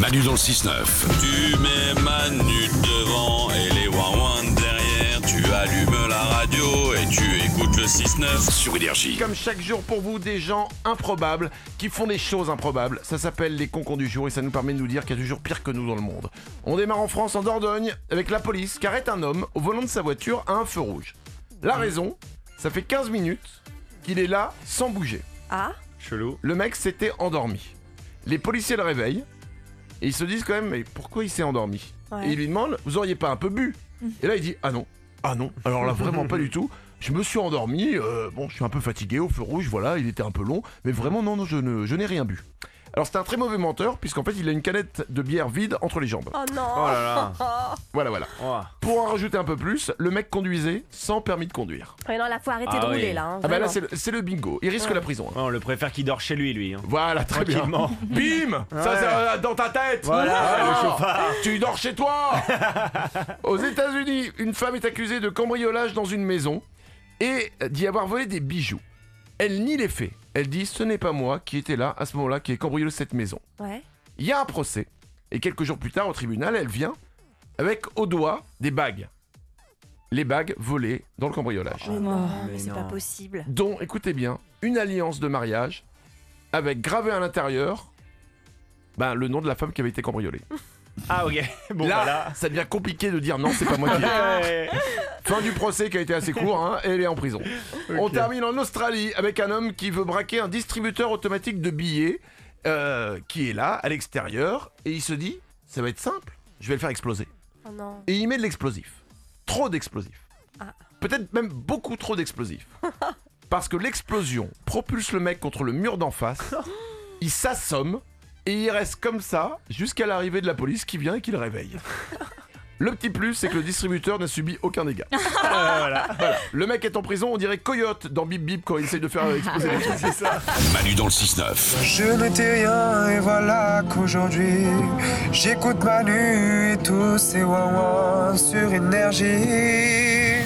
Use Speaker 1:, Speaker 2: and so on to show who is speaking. Speaker 1: Manu dans le 6-9.
Speaker 2: Tu mets Manu devant et les Warwans derrière. Tu allumes la radio et tu écoutes le 6-9 sur Énergie.
Speaker 3: Comme chaque jour pour vous, des gens improbables qui font des choses improbables. Ça s'appelle les concons du jour et ça nous permet de nous dire qu'il y a toujours pire que nous dans le monde. On démarre en France, en Dordogne, avec la police qui arrête un homme au volant de sa voiture à un feu rouge. La raison, ça fait 15 minutes qu'il est là sans bouger.
Speaker 4: Ah
Speaker 5: Chelou.
Speaker 3: Le mec s'était endormi. Les policiers le réveillent et ils se disent quand même mais pourquoi il s'est endormi
Speaker 4: Ouais. Mm.
Speaker 3: Et ils lui demandent vous auriez pas un peu bu Et là il dit ah non ah non alors là vraiment pas du tout. Je me suis endormi euh, bon je suis un peu fatigué au feu rouge voilà il était un peu long mais vraiment non non je ne je n'ai rien bu. Alors c'est un très mauvais menteur puisqu'en fait il a une canette de bière vide entre les jambes.
Speaker 4: Oh
Speaker 5: Oh
Speaker 4: non
Speaker 5: là
Speaker 3: Voilà voilà.
Speaker 5: là. Oh.
Speaker 3: Pour en rajouter un peu plus, le mec conduisait sans permis de conduire.
Speaker 4: Ouais, non, là, faut arrêter
Speaker 5: Ah
Speaker 4: de
Speaker 5: oui.
Speaker 4: rouler, là. hein,
Speaker 3: Ah bah là
Speaker 4: vraiment.
Speaker 3: c'est le, c'est le bingo. Il risque la prison. hein.
Speaker 5: Ouais, on le préfère qu'il dort chez lui, lui. hein.
Speaker 3: Voilà très bien.
Speaker 5: Tranquillement.
Speaker 3: Bim Ça,
Speaker 5: Ouais.
Speaker 3: c'est euh, dans ta tête Ah
Speaker 5: Voilà, Ah.
Speaker 3: Alors,
Speaker 5: le chauffard.
Speaker 3: Tu dors chez toi Aux États-Unis, une femme est accusée de cambriolage dans une maison et d'y avoir volé des bijoux. Elle nie les faits. Elle dit Ce n'est pas moi qui étais là à ce moment-là qui ai cambriolé cette maison.
Speaker 4: Ouais.
Speaker 3: Il y a un procès. Et quelques jours plus tard, au tribunal, elle vient avec au doigt des bagues. Les bagues volées dans le cambriolage.
Speaker 4: Mais non, Oh, mais,
Speaker 5: Ah, mais
Speaker 4: c'est
Speaker 5: non.
Speaker 4: pas possible.
Speaker 3: Dont, écoutez bien, une alliance de mariage avec gravé à l'intérieur ben, le nom de la femme qui avait été cambriolée.
Speaker 5: Ah, ok. Bon,
Speaker 3: là,
Speaker 5: bah là.
Speaker 3: ça devient compliqué de dire non, c'est pas moi qui l'ai.
Speaker 5: Ouais.
Speaker 3: Fin du procès qui a été assez court, hein, et elle est en prison. On
Speaker 5: Ok.
Speaker 3: termine en Australie avec un homme qui veut braquer un distributeur automatique de billets euh, qui est là, à l'extérieur, et il se dit ça va être simple, je vais le faire exploser.
Speaker 4: Oh non.
Speaker 3: Et il met de l'explosif. Trop d'explosif.
Speaker 4: Ah.
Speaker 3: Peut-être même beaucoup trop d'explosif. Parce que l'explosion propulse le mec contre le mur d'en face, il s'assomme, et il reste comme ça jusqu'à l'arrivée de la police qui vient et qui le réveille. Le petit plus, c'est que le distributeur n'a subi aucun dégât.
Speaker 5: Ah, voilà.
Speaker 3: Le mec est en prison, on dirait Coyote dans Bip Bip quand il essaye de faire exploser les trucs.
Speaker 2: Manu dans le 6-9.
Speaker 6: Je n'étais rien et voilà qu'aujourd'hui J'écoute Manu et tous ces wawans sur énergie